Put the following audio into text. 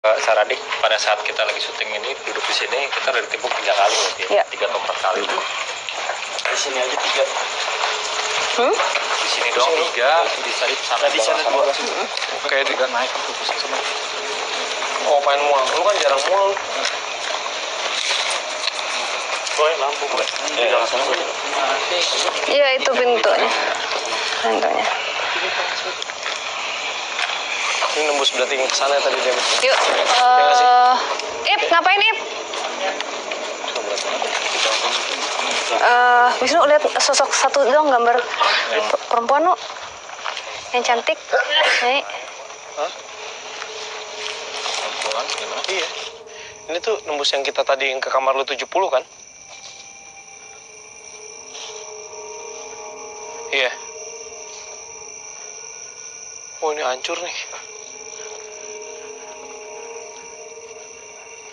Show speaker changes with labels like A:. A: Eh, Saradi pada saat kita lagi syuting ini duduk di sini kita udah ditimbuk tiga kali berarti ya?
B: Iya.
A: tiga atau empat kali
C: di sini aja tiga
B: Hmm?
A: di sini doang
C: Sini.
A: tiga di sana sama
C: tadi sana dua
A: kayak tiga naik tuh pusing sama
C: oh main mual lu kan jarang mual boleh lampu boleh di dalam sana boleh
B: Iya itu pintunya. Pintunya.
C: ini nembus berarti ke sana tadi dia
B: Yuk.
C: nggak sih?
B: eh Ip, ngapain Ip? Eh, Wisnu lihat sosok satu dong gambar P- perempuan lu yang cantik. Nih,
A: kurang gimana
C: iya ini tuh nembus yang kita tadi yang ke kamar lu 70 kan iya oh ini hancur nih